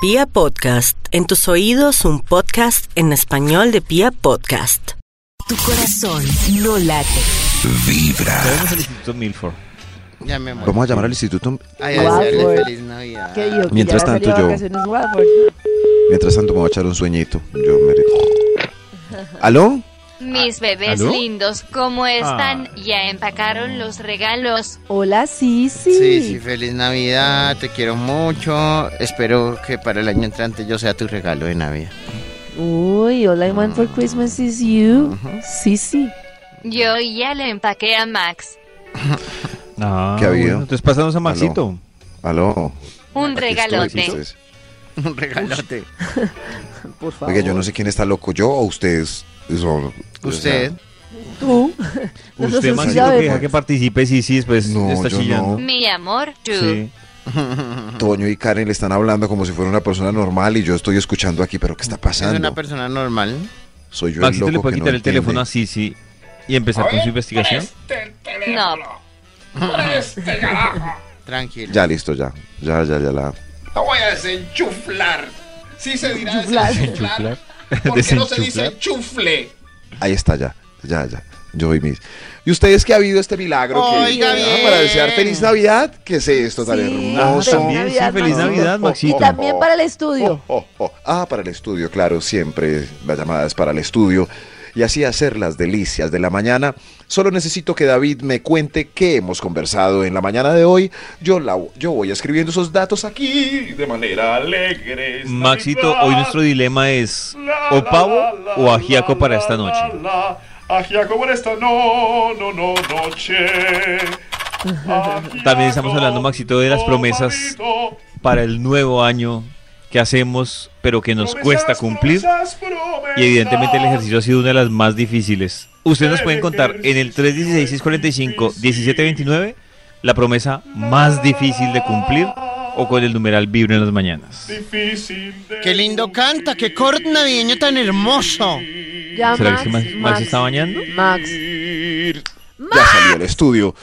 Pia Podcast, en tus oídos un podcast en español de Pia Podcast. Tu corazón no late. Tenemos el Instituto Milford. Ya me muero. Vamos a llamar al instituto. Ay, Guau, desearle güey. feliz Navidad. ¿Qué dijo? Mientras ya va a tanto, salir de yo- vacaciones Watford. Mientras tanto me voy a echar un sueñito. Yo me- ¿Aló? Mis bebés ¿aló? lindos, ¿cómo están? ¿Ya empacaron los regalos? Hola, sí, sí. Sí, sí, feliz Navidad, te quiero mucho. Espero que para el año entrante yo sea tu regalo de Navidad. Uy, all I want for Christmas is you. Sí, sí. Yo ya le empaqué a Max. Ah, ¿Qué ha habido? bueno, entonces pásanos a Maxito. ¿Aló? Un Aquí estoy, aquí regalote. ustedes. Un regalote. Por favor. Oiga, yo no sé quién está loco, yo o ustedes. Eso, o Usted, sea, Tú. Nosotros Usted, sí Maxito, que sabemos. deja que participe, sí, sí, pues No, está yo chillando. no. Mi amor, tú. Sí. Toño y Karen le están hablando como si fuera una persona normal y yo estoy escuchando aquí, pero ¿qué está es una pasando? persona normal. Soy yo el loco Maxito le puede que quitar no el teléfono a entiende. Sisi y empezar con ¿Eh? su investigación. No, Tranquilo. Ya listo, ya. Ya, ya, ya la. Lo voy a desenchuflar. Sí se dirá Chuflar. desenchuflar. Desenchuflar. Porque no se dice chufle. Ahí está, ya. Ya, ya. Yo y mis. ¿Y ustedes que ha habido este milagro? que- Oiga, Ah, bien. Ah, Para desear feliz Navidad, ¿qué es esto tan Sí, hermoso? feliz también, sí, Navidad, feliz Maxito. Navidad, Y Maxito. también para el estudio. Oh, oh, oh. Ah, para el estudio, claro, siempre las llamadas para el estudio. Y así hacer las delicias de la mañana. Solo necesito que David me cuente qué hemos conversado en la mañana de hoy. Yo, la, yo voy escribiendo esos datos aquí de manera alegre. Es Maxito, Navidad. hoy nuestro dilema es La, o la, pavo la, la, o ajiaco la, para la, esta la, noche. la. Ajiaco para esta no, no, no, noche. Ajiaco, También estamos hablando, Maxito, oh, de las promesas papito. para el nuevo año que hacemos, pero que nos Promesas, cuesta cumplir. promesas, promesas. Y evidentemente el ejercicio ha sido una de las más difíciles. Ustedes nos pueden contar en el 316-645-1729 la promesa más difícil de cumplir o con el numeral vibra en las mañanas. Difícil de Qué lindo canta, qué cort navideño tan hermoso. Ya, ¿Será Max, que Max, Max Max, está bañando? Max. cumplir. Ya salió el estudio.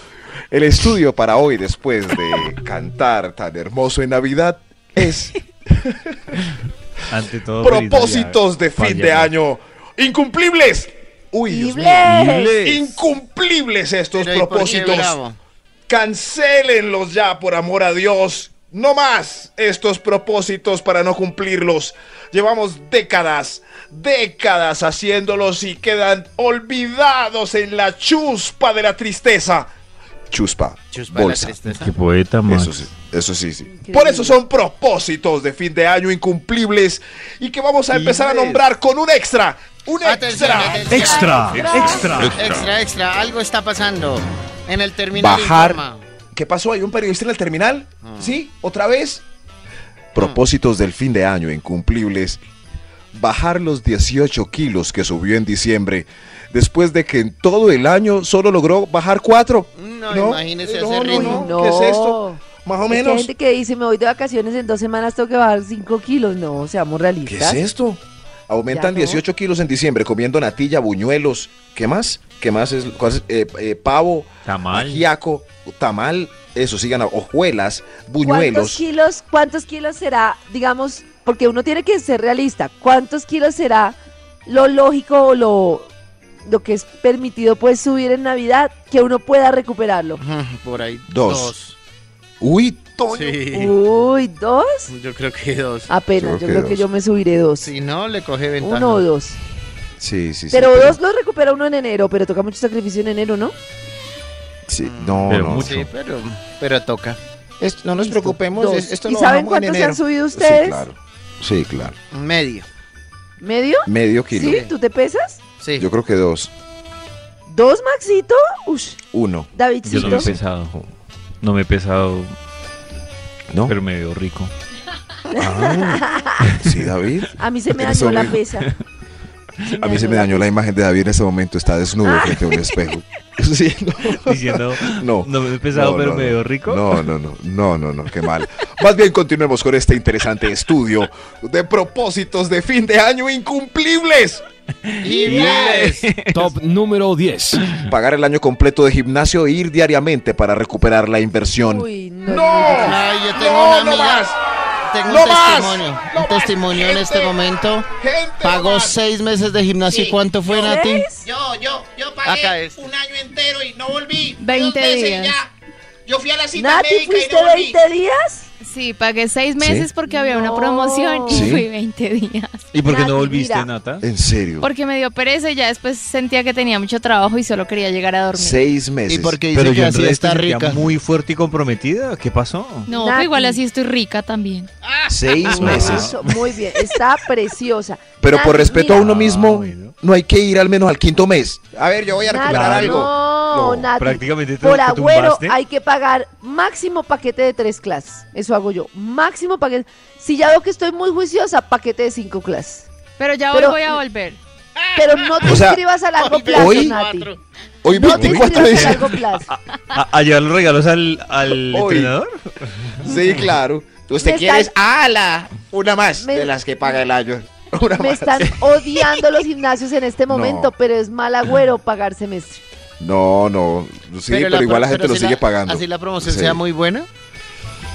El estudio para hoy, después de cantar tan hermoso en Navidad, es Ante todo, feliz propósitos de Navidad. fin de Fabián. año. ¡Incumplibles! Uy, Dios mío. ¡Incumplibles! Incumplibles estos Pero, ¿y por qué propósitos. bravo? Cancélenlos ya, por amor a Dios. No más estos propósitos para no cumplirlos. Llevamos décadas, décadas haciéndolos y quedan olvidados en la chuspa de la tristeza. Chuspa. Chuspa la tristeza. Qué poeta, Max. Eso sí, eso sí, sí. Por eso son propósitos de fin de año incumplibles y que vamos a empezar a nombrar con un extra. Un Atención, extra. atención. extra. Extra, extra, algo está pasando. En el Ah. terminal Bajar. informa. ¿Qué pasó? ¿Hay un periodista en el terminal? ¿Sí? ¿Otra vez? Propósitos del fin de año incumplibles. Bajar los 18 kilos que subió en diciembre, después de que en todo el año solo logró bajar 4. No, imagínese ese ritmo. No. ¿Qué es esto? Más o Es que hay menos. gente que dice, me voy de vacaciones en dos semanas, tengo que bajar 5 kilos. No, seamos ¿Qué realistas. es esto? Ya Aumentan no. 18 kilos en diciembre comiendo natilla, buñuelos. ¿Qué más? ¿Qué más es? cosas- eh, eh, pavo, Tamal. ajiaco, tamal. Eso, sigan, hojuelas, ¿Cuántos buñuelos. kilos, ¿Cuántos kilos será, digamos, porque uno tiene que ser realista, cuántos kilos será lo lógico o lo, lo que es permitido pues subir en Navidad que uno pueda recuperarlo? Por ahí. Dos. Uy, dos. Toño. Sí, Uy, Ah. dos. yo creo que dos. Apenas, yo creo que yo me subiré dos. Si no, le coge ventaja. Uno o dos. Sí, sí, sí, pero dos los recupera uno en enero, pero toca mucho sacrificio en enero, ¿no? sí, no, Pero no. mucho. Sí, pero, pero toca. no nos Dos. ¿Y saben cuántos se han subido ustedes? Sí, claro. Sí, claro. Medio. ¿Medio? Medio kilo. ¿Sí? ¿Tú te pesas? Sí. Yo creo que dos. ¿Dos, Maxito? Ush, Uno. Yo no Davidcito. me he pesado. No me he pesado, ¿No? pero me veo rico. Sí, David. A mí se me Eso dañó la me- pesa. A mí se me dañó la imagen de David en ese momento. Está desnudo frente a un espejo. Sí, no. Diciendo, no, No. me he pesado, No, pero no, me no. veo rico. No, no, no, no, no, no, qué mal. Más bien continuemos con este interesante estudio de propósitos de fin de año incumplibles. Y diez. Top número 10. Pagar el año completo de gimnasio e ir diariamente para recuperar la inversión. Uy, no. ¡No! no, no. Ay, yo tengo una ¡No, no amiga. más! tengo ¡No un más! testimonio. ¡No un más! testimonio en Gente, este momento. gente, Pagó no más. seis meses de gimnasio. ¿Y ¿Cuánto fue, Nati? ¿Seis? Yo, yo, yo Acá pagué es. un año entero y no volví. 20 Dos veces días. ya. Yo fui a la cita Nati, médica y ¿fuiste no volví. 20 días? Sí, pagué seis meses porque había una No. promoción y Sí. fui 20 días. ¿Y por qué no Nati, volviste, mira. Nata? En serio. Porque me dio pereza y ya después sentía que tenía mucho trabajo y solo quería llegar a dormir. Seis meses. ¿Y porque dice Pero que yo en así realidad está te sentía rica? muy fuerte y comprometida. ¿Qué pasó? No, Nati. pero igual así estoy rica también. Ah. Seis Wow. meses. Eso, Muy bien, está preciosa. Pero por Nati, respeto a mira, uno mismo, Ah, bueno. no hay que ir al menos al quinto mes. A ver, yo voy a Nati, recuperar algo. No, No, Nati, prácticamente te- por te agüero tumbaste. hay que pagar máximo paquete de tres clases. Eso hago yo. Máximo paquete. Si ya veo que estoy muy juiciosa, paquete de cinco clases. Pero ya Pero- voy a volver. Pero no te O sea, inscribas a largo plazo, hoy- Nati. Hoy No te 24 inscribas de a largo plazo. ¿A, a llevar los regalos al, al Hoy. entrenador? Sí, claro. Usted Me quiere es ala, una más Me- de las que paga el año. Una Me están odiando los gimnasios en este momento, No. pero es mal agüero pagar semestre. No, no. Sí, pero, la igual la pro- gente pero lo si sigue pagando. Así la promoción Sí. sea muy buena.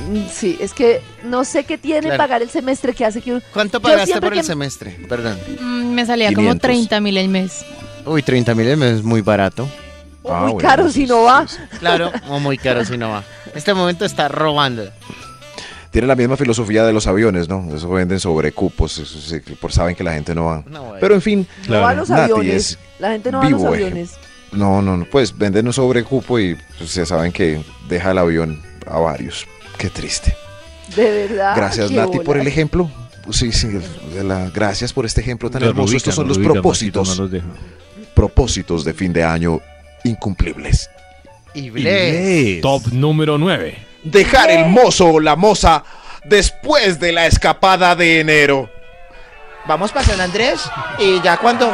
Mm, Sí, es que no sé qué tiene Claro. pagar el semestre que hace que un- ¿Cuánto Yo pagaste siempre por el que- semestre? Perdón. Mm, me salía como 500. 30 mil el mes. Uy, 30 mil es muy barato. o Ah, muy bueno, caro sí, si no sí, va. sí. Claro, o muy caro si no va. Este momento está robando. Tiene la misma filosofía de los aviones, ¿no? Eso venden sobre cupos, eso sí, por saben que la gente no va. No, bueno. Pero en fin, No va a los Nati aviones. es La gente no va a los vivo aviones. no, no, no, pues venden un sobrecupo y pues, se saben que deja el avión a varios. Qué triste. De verdad. Gracias, Ah, qué Nati, por bola. el ejemplo. Sí, sí, de la- gracias por este ejemplo tan Los hermoso. Estos rubican, son los rubican, propósitos, Maxito, no los deja. propósitos de fin de año incumplibles. Y Y Bless. lees. Top número 9. Dejar el mozo o la moza después de la escapada de enero. Vamos para San Andrés y ya cuando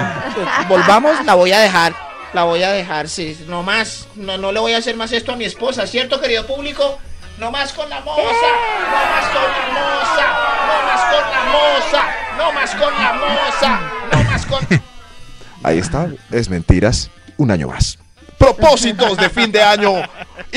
volvamos la voy a dejar. La voy a dejar, sí. No más. No, no le voy a hacer más esto a mi esposa, ¿cierto, querido público? No más con la moza. No más con la moza. No más con la moza. No más con la moza. No más con... Ahí está, es mentiras, un año más. Propósitos de fin de año.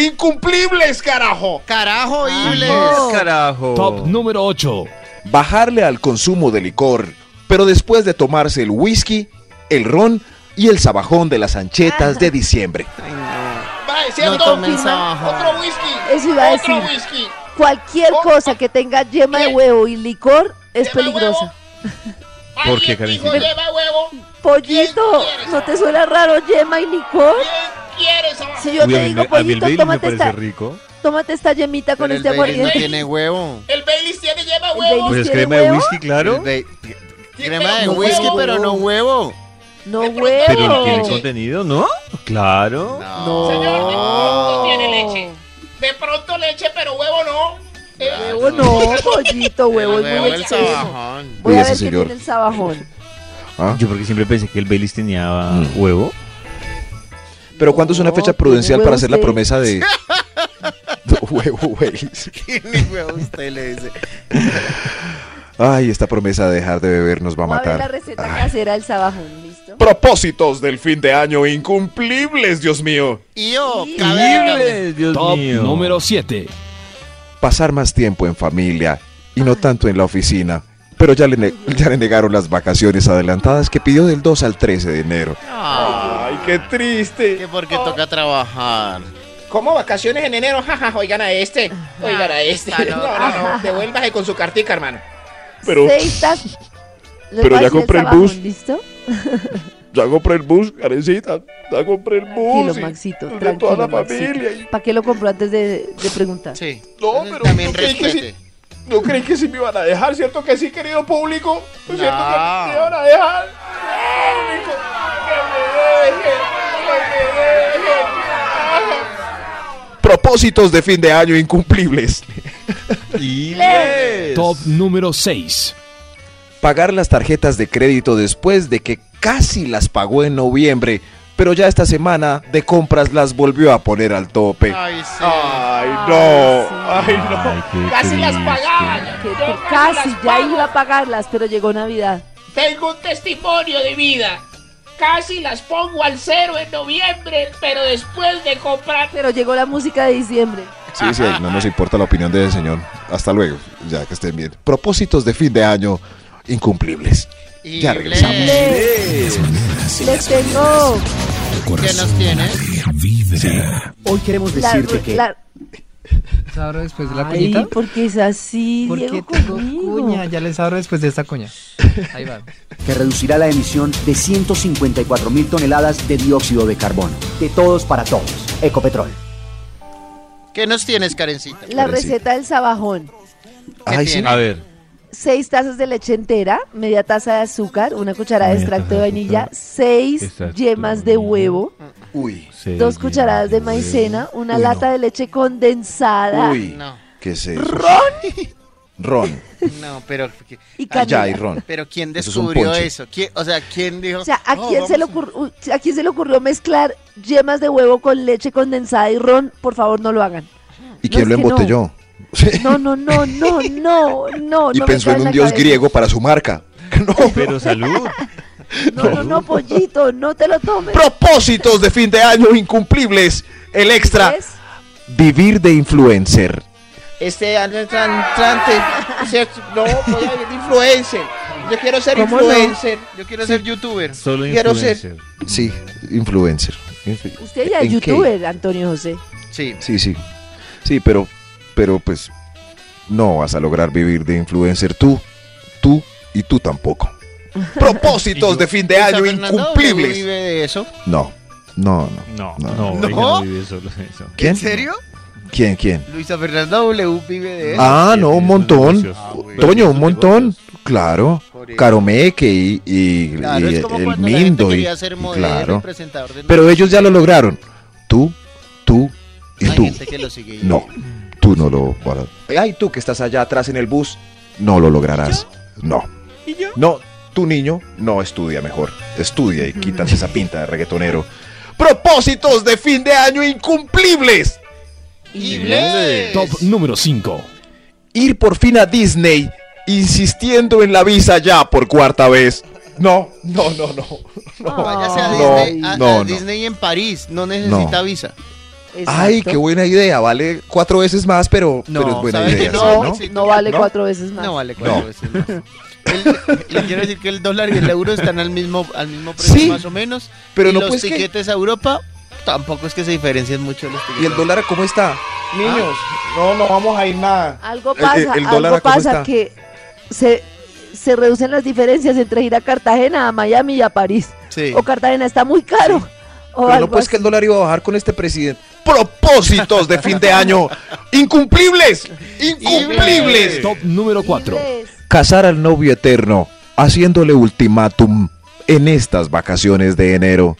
Incumplibles, carajo. Carajo, Ah, Ibles. No. Carajo. Top número 8. Bajarle al consumo de licor, pero después de tomarse el whisky, el ron y el sabajón de las anchetas de diciembre. Vale, No ¿cierto? tomen sabajo. Otro whisky. Eso iba a Otro decir. whisky. Cualquier Oh, cosa que tenga yema de ¿Qué? huevo y licor es Lleva peligrosa. huevo. ¿Por qué, Alguien Karencita? dijo, lleva huevo. Pollito, ¿Quién quiere ¿no te suena raro yema y licor? ¿Quién quiere sabajo? Si yo Uy, te a mí me- digo, a mí el pollito, Bailey me tómate parece esta, rico. tómate esta yemita con Pero el este Baileys no aguardiente. tiene huevo. El Baileys tiene lleva El huevo. Baileys- Pues es tiene crema de huevo? whisky, claro. El Bail- Crema de No whisky, huevo. pero no huevo. No Pero Pero tiene huevo. contenido, ¿no? Claro. No. Señor, Ah. no tiene leche. De pronto leche, pero huevo no. Eh, Huevo no, pollito, Huevo, huevo es muy el exceso. sabajón. Voy a Cuídese, ver qué señor. tiene el sabajón. ¿ah? Yo porque siempre pensé que el Baileys tenía Mm. huevo. Pero ¿cuándo es una No, fecha tiene prudencial para huevo hacer la usted. promesa de... Huevo, güey. Tiene huevo usted, le dice. Ay, esta promesa de dejar de beber nos va a Vamos a ver la matar. receta Ay. casera del sabajón, ¿listo? Propósitos del fin de año incumplibles, Dios mío. Y oh, yo, Sí. cabrón. Dios Top mío. número 7. pasar más tiempo en familia y no tanto en la oficina. Pero ya le, ne- ya le negaron las vacaciones adelantadas que pidió del 2 al 13 de enero. Ay, qué triste. Oh. Que porque toca trabajar. ¿Cómo vacaciones en enero? Jaja, oigan a este. Oigan a este. Ah, no. No, no, no. Devuélvase con su cartica, hermano. Pero- Seis tas- Les pero voy a ya decir compré el sabajón, bus. ¿Listo? Ya compré el bus, Karencita. Ya compré el Tranquilo, bus. y- Maxito, Uh, de tranquilo, toda la Maxito. familia. y- ¿Para qué lo compró antes de, de preguntar? Sí. No, Entonces, pero también ¿tú crees que sí? respete. No creí que sí me iban a dejar, ¿cierto que sí, querido público? ¿No es ¿Cierto No. que me iban a dejar? Público, que me dejen, que me dejen. Ah. Propósitos de fin de año incumplibles. Top número 6. Pagar las tarjetas de crédito después de que casi las pagó en noviembre, pero ya esta semana de compras las volvió a poner al tope. Ay, sí. Ay, Ay, no, sí. ay, no. Ay, qué Casi las triste. pagaba. Que Yo te- casi casi las ya pago. iba a pagarlas, pero llegó Navidad. Tengo un testimonio de vida. Casi las pongo al cero en noviembre, pero después de comprar Pero llegó la música de diciembre. Sí, sí, no nos importa la opinión del señor. Hasta luego, ya que estén bien. Propósitos de fin de año incumplibles. Ya regresamos. Les tengo. ¿Qué nos tienes? Hoy queremos la- decirte que... la- ¿Les abro después de la Ay, cuñita? porque es así, ¿Por qué Diego, tengo conmigo. cuña? Ya les abro después de esta cuña. Ahí va. que reducirá la emisión de 154 mil toneladas de dióxido de carbono. De todos para todos. Ecopetrol. ¿Qué nos tienes, Karencita? La receta del sabajón. Ay, sí. A ver. Seis tazas de leche entera, media taza de azúcar, una cucharada de Media extracto de taza de vainilla, azúcar. seis Extracto yemas de huevo, Uy. dos cucharadas de maicena, una lata de leche condensada, Uy, ¿qué es eso? Ah, ron. Ron. No, pero. Y Ay, Ah, Ya, y ron. Pero ¿quién Eso es un descubrió ponche. eso? ¿Quién- o sea, ¿quién dijo? O sea, ¿a "No, quién, se le vamos ocurrió, ¿a quién se le ocurrió mezclar yemas de huevo con leche condensada y ron? Por favor, no lo hagan. ¿Y quién es lo que no. embotelló? No, no, no, no, no, no. y no me pensó cabe en un la dios cabeza. griego para su marca. Pero salud. No, no, no, pollito, no te lo tomes. Propósitos de fin de año incumplibles. El extra. ¿Ves? Vivir de influencer. Este año entrante, o sea, no, voy a vivir de influencer. Yo quiero ser ¿Cómo no? influencer. Yo quiero ser youtuber. Solo Quiero ser- influencer. Sí, influencer. Inf- Usted ya es ¿En qué? youtuber, Antonio José. Sí. Sí, sí. Sí, pero, pero pues no vas a lograr vivir de influencer tú, tú y tú tampoco. Propósitos de fin de Luisa año Fernanda, ¿no incumplibles. vive de eso? No, no, no. No, No. no, ¿No? ella no vive solo de eso. ¿Quién? ¿En serio? ¿Quién, quién? Luisa Fernanda W vive de eso. Ah, sí, no, un esos montón. Ah, negocios. Toño, un montón. Claro. Ah, Por eso. Caromeque y, y- Claro, y es como el cuando la gente Mindo. y- quería ser y modelo y claro. presentador de Pero ellos ya lo lograron. Tú, tú y Hay tú. gente que lo sigue. No, tú no lo vas a- Ay, tú que estás allá atrás en el bus, no lo lograrás. No. No, tu niño no estudia mejor. Estudia y quítate esa pinta de reggaetonero. Propósitos de fin de año incumplibles. Inglés. Top número 5. Ir por fin a Disney insistiendo en la visa ya por cuarta vez. No, no, no, no. Váyase a No, Disney, a- a no, no. Disney en París. No necesita No. visa. Ay, qué buena idea. Vale cuatro veces más, pero, No, pero es buena ¿sabes qué? idea. No, ¿sí, No, no vale ¿No? cuatro veces más. No vale cuatro No. veces más. El- le quiero decir que el dólar y el euro están al mismo, al mismo precio Sí, más o menos. pero y no, los pues, ¿qué? tiquetes a Europa tampoco es que se diferencien mucho los tiquetes. Ah, ¿Y el dólar cómo está? Niños, No, no vamos a ir nada. Algo Eh, El- pasa, el- el dólar algo a cómo pasa está. que se, se reducen las diferencias entre ir a Cartagena, a Miami y a París. Sí. O Cartagena está muy caro. O Pero algo no pues que así. el dólar iba a bajar con este presidente. Propósitos de fin de año incumplibles, incumplibles. Top número 4. Inglés. Casar al novio eterno, haciéndole ultimátum en estas vacaciones de enero.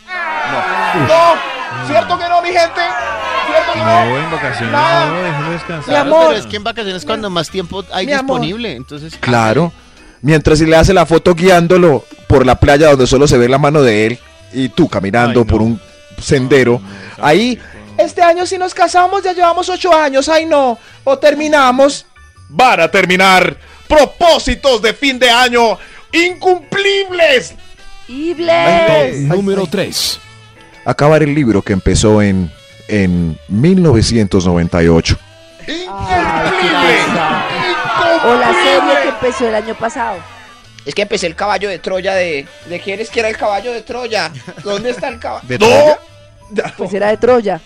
No, ¿cierto que no, mi gente? ¿Cierto que no? No, en vacaciones, Nada. no, déjelo descansar. Claro, amor. Pero es que en vacaciones cuando más tiempo hay Mi amor. disponible. Entonces, Claro, mientras le hace la foto guiándolo por la playa donde solo se ve la mano de él y tú caminando Ay, no. por un sendero. Ahí, Este año si nos casamos ya llevamos ocho años, ay no, o terminamos. Van a terminar propósitos de fin de año incumplibles. Top Inglés. número 3. acabar el libro que empezó en, en 1998. Ay, qué pasa. O la serie que empezó el año pasado. Es que empecé el caballo de Troya de... ¿De quién es que era el caballo de Troya? ¿Dónde está el caballo? ¿De No. Troya? Ah, Pues era de Troya.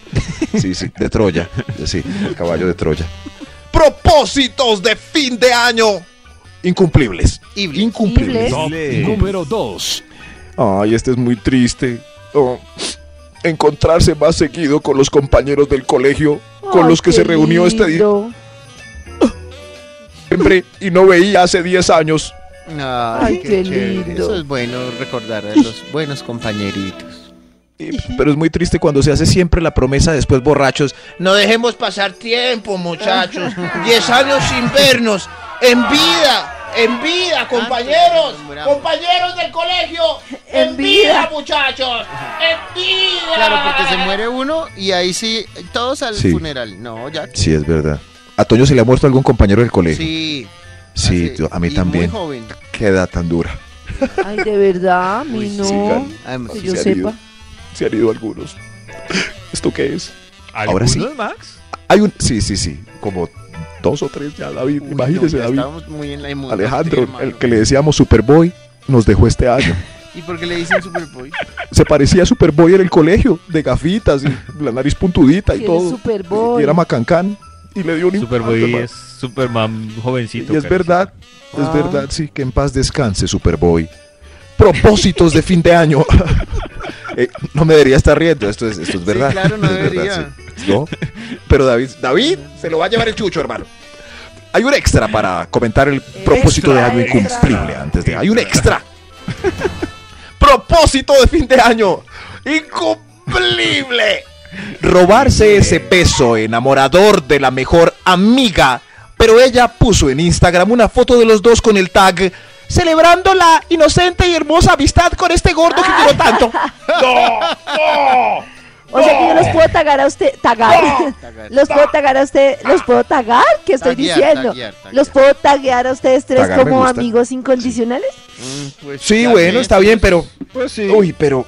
Sí, sí, de Troya. Sí, el caballo de Troya. Propósitos de fin de año. Incumplibles. Ible. Incumplibles. Ible. Top número 2. Ay, este es muy triste. Oh, Encontrarse más seguido con los compañeros del colegio con Ay, los que qué se reunió este lindo. diciembre y no veía hace 10 años. Ay, Ay, qué, qué chévere. lindo. Eso es bueno recordar a los buenos compañeritos. Y- Pero es muy triste cuando se hace siempre la promesa después borrachos. No dejemos pasar tiempo, muchachos. Diez años sin vernos. En vida, en Ah, vida, compañeros. acostumbramos. Compañeros del colegio. En En, vida. vida. muchachos. En vida. Claro, porque se muere uno y ahí sí, todos al Sí. funeral. No, ya. Sí, es verdad. A Toño se le ha muerto algún compañero del colegio. Sí. Sí, hace- yo- a mí y muy también. joven. Qué edad tan dura. Ay, de verdad, a mí Uy, no. sí, Cari. Además, que sí yo se ha ido. sepa. Se han ido algunos. ¿Esto qué es? ¿Algunos, sí. Max? Hay un. Sí, sí, sí. Como dos o tres ya, David. Uy, Imagínese, no, ya David. estábamos muy en la inmundicia, Alejandro, hermano. el que le decíamos Superboy, nos dejó este año. ¿Y por qué le dicen Superboy? Se parecía a Superboy en el colegio, de gafitas y la nariz puntudita y ¿Quién es todo. Superboy? Y era macancán y le dio un Superboy infarto, es Superman jovencito. Y es Karen. verdad, Ah. es verdad, sí, que en paz descanse, Superboy. Propósitos de fin de año. Eh, no me debería estar riendo, esto es, esto es verdad. claro, no Es verdad, debería. sí. No, Pero David, David, se lo va a llevar el chucho, hermano. Hay un extra para comentar el propósito de año extra. incumplible antes de. Hay un extra. propósito de fin de año. Incumplible. Robarse ese peso enamorador de la mejor amiga. Pero ella puso en Instagram una foto de los dos con el tag celebrando la inocente y hermosa amistad con este gordo que quiero tanto. O sea que yo los puedo tagar a usted, tagar. los puedo tagar a usted, los puedo tagar, ¿qué estoy Taguear, diciendo? taguear, taguear. Los puedo taguear a ustedes tres Tagar me como gusta. amigos incondicionales. Mm, pues Sí, bueno, está bien, pero. pues Uy, pero.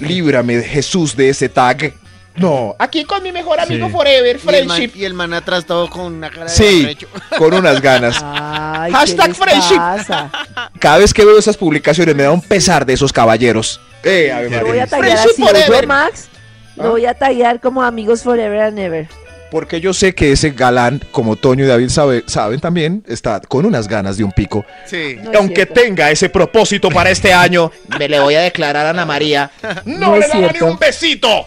Líbrame, Jesús, de ese tag. No. Aquí con mi mejor amigo Sí. Forever, Y el, man, Friendship. y el man atrás todo con una cara de Sí, arrecho. con unas ganas. Ah. Ay, ¿qué Hashtag les friendship. pasa? Cada vez que veo esas publicaciones me da un pesar de esos caballeros. Eh, Ave Lo voy María. a taguear así, yo, Max. Lo voy a taguear como amigos forever and ever. Porque yo sé que ese galán, como Toño y David sabe- saben también, está con unas ganas de un pico. Sí. No es Aunque cierto. tenga ese propósito para este año, me le voy a declarar a Ana María. No es cierto. besito.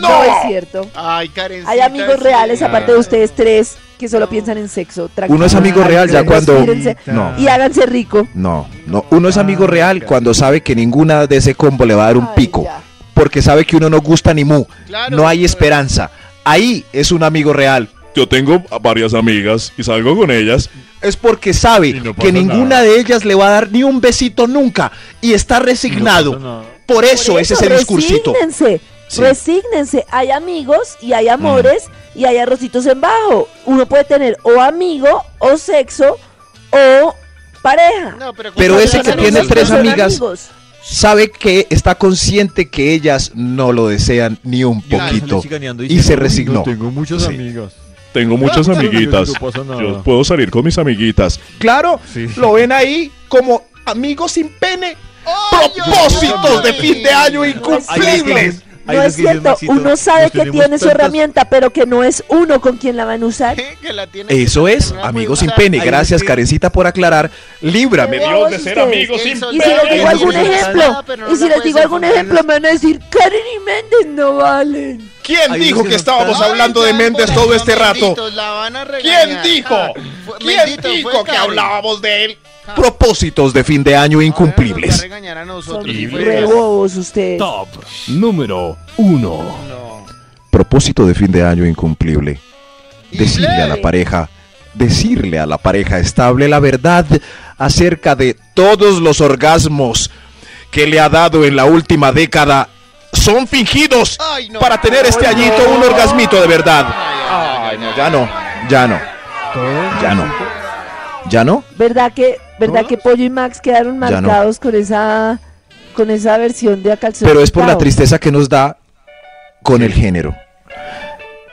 No es cierto. Ay, Karencita, Hay amigos sí. reales, Ah. aparte de ustedes tres, que solo piensan en sexo. Uno es amigo real ya cuando- respírense No. Y háganse rico. No, no, uno es Ah, amigo real cuando sabe que ninguna de ese combo le va a dar un pico, porque sabe que uno no gusta ni mu, Claro. no hay esperanza. Ahí es un amigo real. Yo tengo a varias amigas y salgo con ellas. Es porque sabe pasa que ninguna de ellas le va a dar ni un besito nunca y está resignado. Por eso es ese discursito. Resígnense, Sí. Mm. resígnense. Hay amigos y hay amores y hay arrocitos en bajo. Uno puede tener o amigo, o sexo, o pareja. Pero Cuando ese son que amigos, tiene no tres son amigas amigos. sabe que está consciente que ellas no lo desean ni un Ya, sale poquito chicaneando y y dice, se "Uy, no resignó. tengo muchas Sí. amigas. Tengo muchas no, no, no, amiguitas. no pues, pasa nada. Yo puedo salir con mis amiguitas. Claro, lo ven ahí como amigos sin pene. Propósitos de fin de año incumplibles. No es cierto, uno sabe que tiene su herramienta, pero que no es uno con quien la van a usar. Eso es, amigos sin pene. Gracias, Karencita, por aclarar. Líbrame, Dios de ser amigos sin Y si les digo algún ejemplo, y si les digo algún ejemplo, me van a decir, Karen y Méndez no valen. ¿Quién dijo que estábamos hablando de Méndez todo este rato? ¿Quién dijo? ¿Quién dijo que hablábamos de él? Propósitos de fin de año incumplibles. Re bobos ustedes. número uno. Propósito de fin de año incumplible. Decirle a la pareja, decirle a la pareja estable la verdad acerca de todos los orgasmos que le ha dado en la última década. Son fingidos para tener este añito un orgasmito de verdad. Ay, no, ya no, ya no, ya no. ¿Ya no? ¿Verdad que, verdad que Pollo y Max quedaron Ya no. marcados con esa con esa versión de a calzón Pero es por la quitado? tristeza que nos da con el género.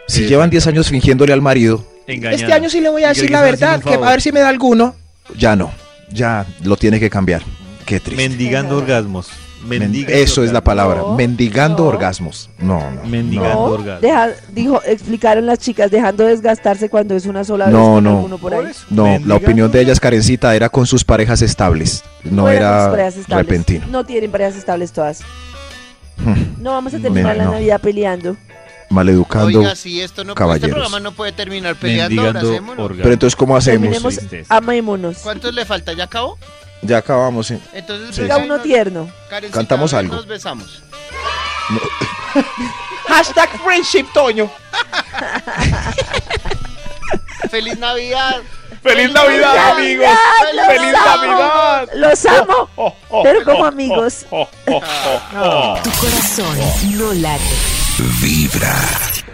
Si llevan 10 años fingiéndole al marido, Este año sí le voy a decir la verdad, que a ver si me da alguno. ya no, ya lo tiene que cambiar. Qué triste. Mendigando orgasmos. Men- Mendigando Eso es la palabra, No, mendigando orgasmos. No, no. Mendigando no. orgasmos. Deja- dijo, explicaron las chicas dejando desgastarse cuando es una sola vez No, con no. alguno por ahí. No, la opinión de ellas, Karencita, era con sus parejas estables, no eran sus era parejas estables. repentino. No tienen parejas estables todas. Hmm. No vamos a terminar No, la no. Navidad peleando. Maleducando Oiga, si esto no este caballeros. programa no puede terminar peleando, ahora hacemos. Pero entonces, ¿cómo hacemos? Terminemos, amémonos. ¿Cuántos le falta? ¿Ya acabó? Ya acabamos. ¿eh? sí. Entonces, pues, Sí. Diga uno tierno. Cantamos algo. Nos besamos. Hashtag Friendship Toño. ¡Feliz Navidad! ¡Feliz Navidad, amigos! Navidad, ¡Feliz los amo! Navidad! Los amo, Oh, oh, pero como oh, amigos. Ah, oh, oh, oh, oh. Tu corazón no late. Vibra.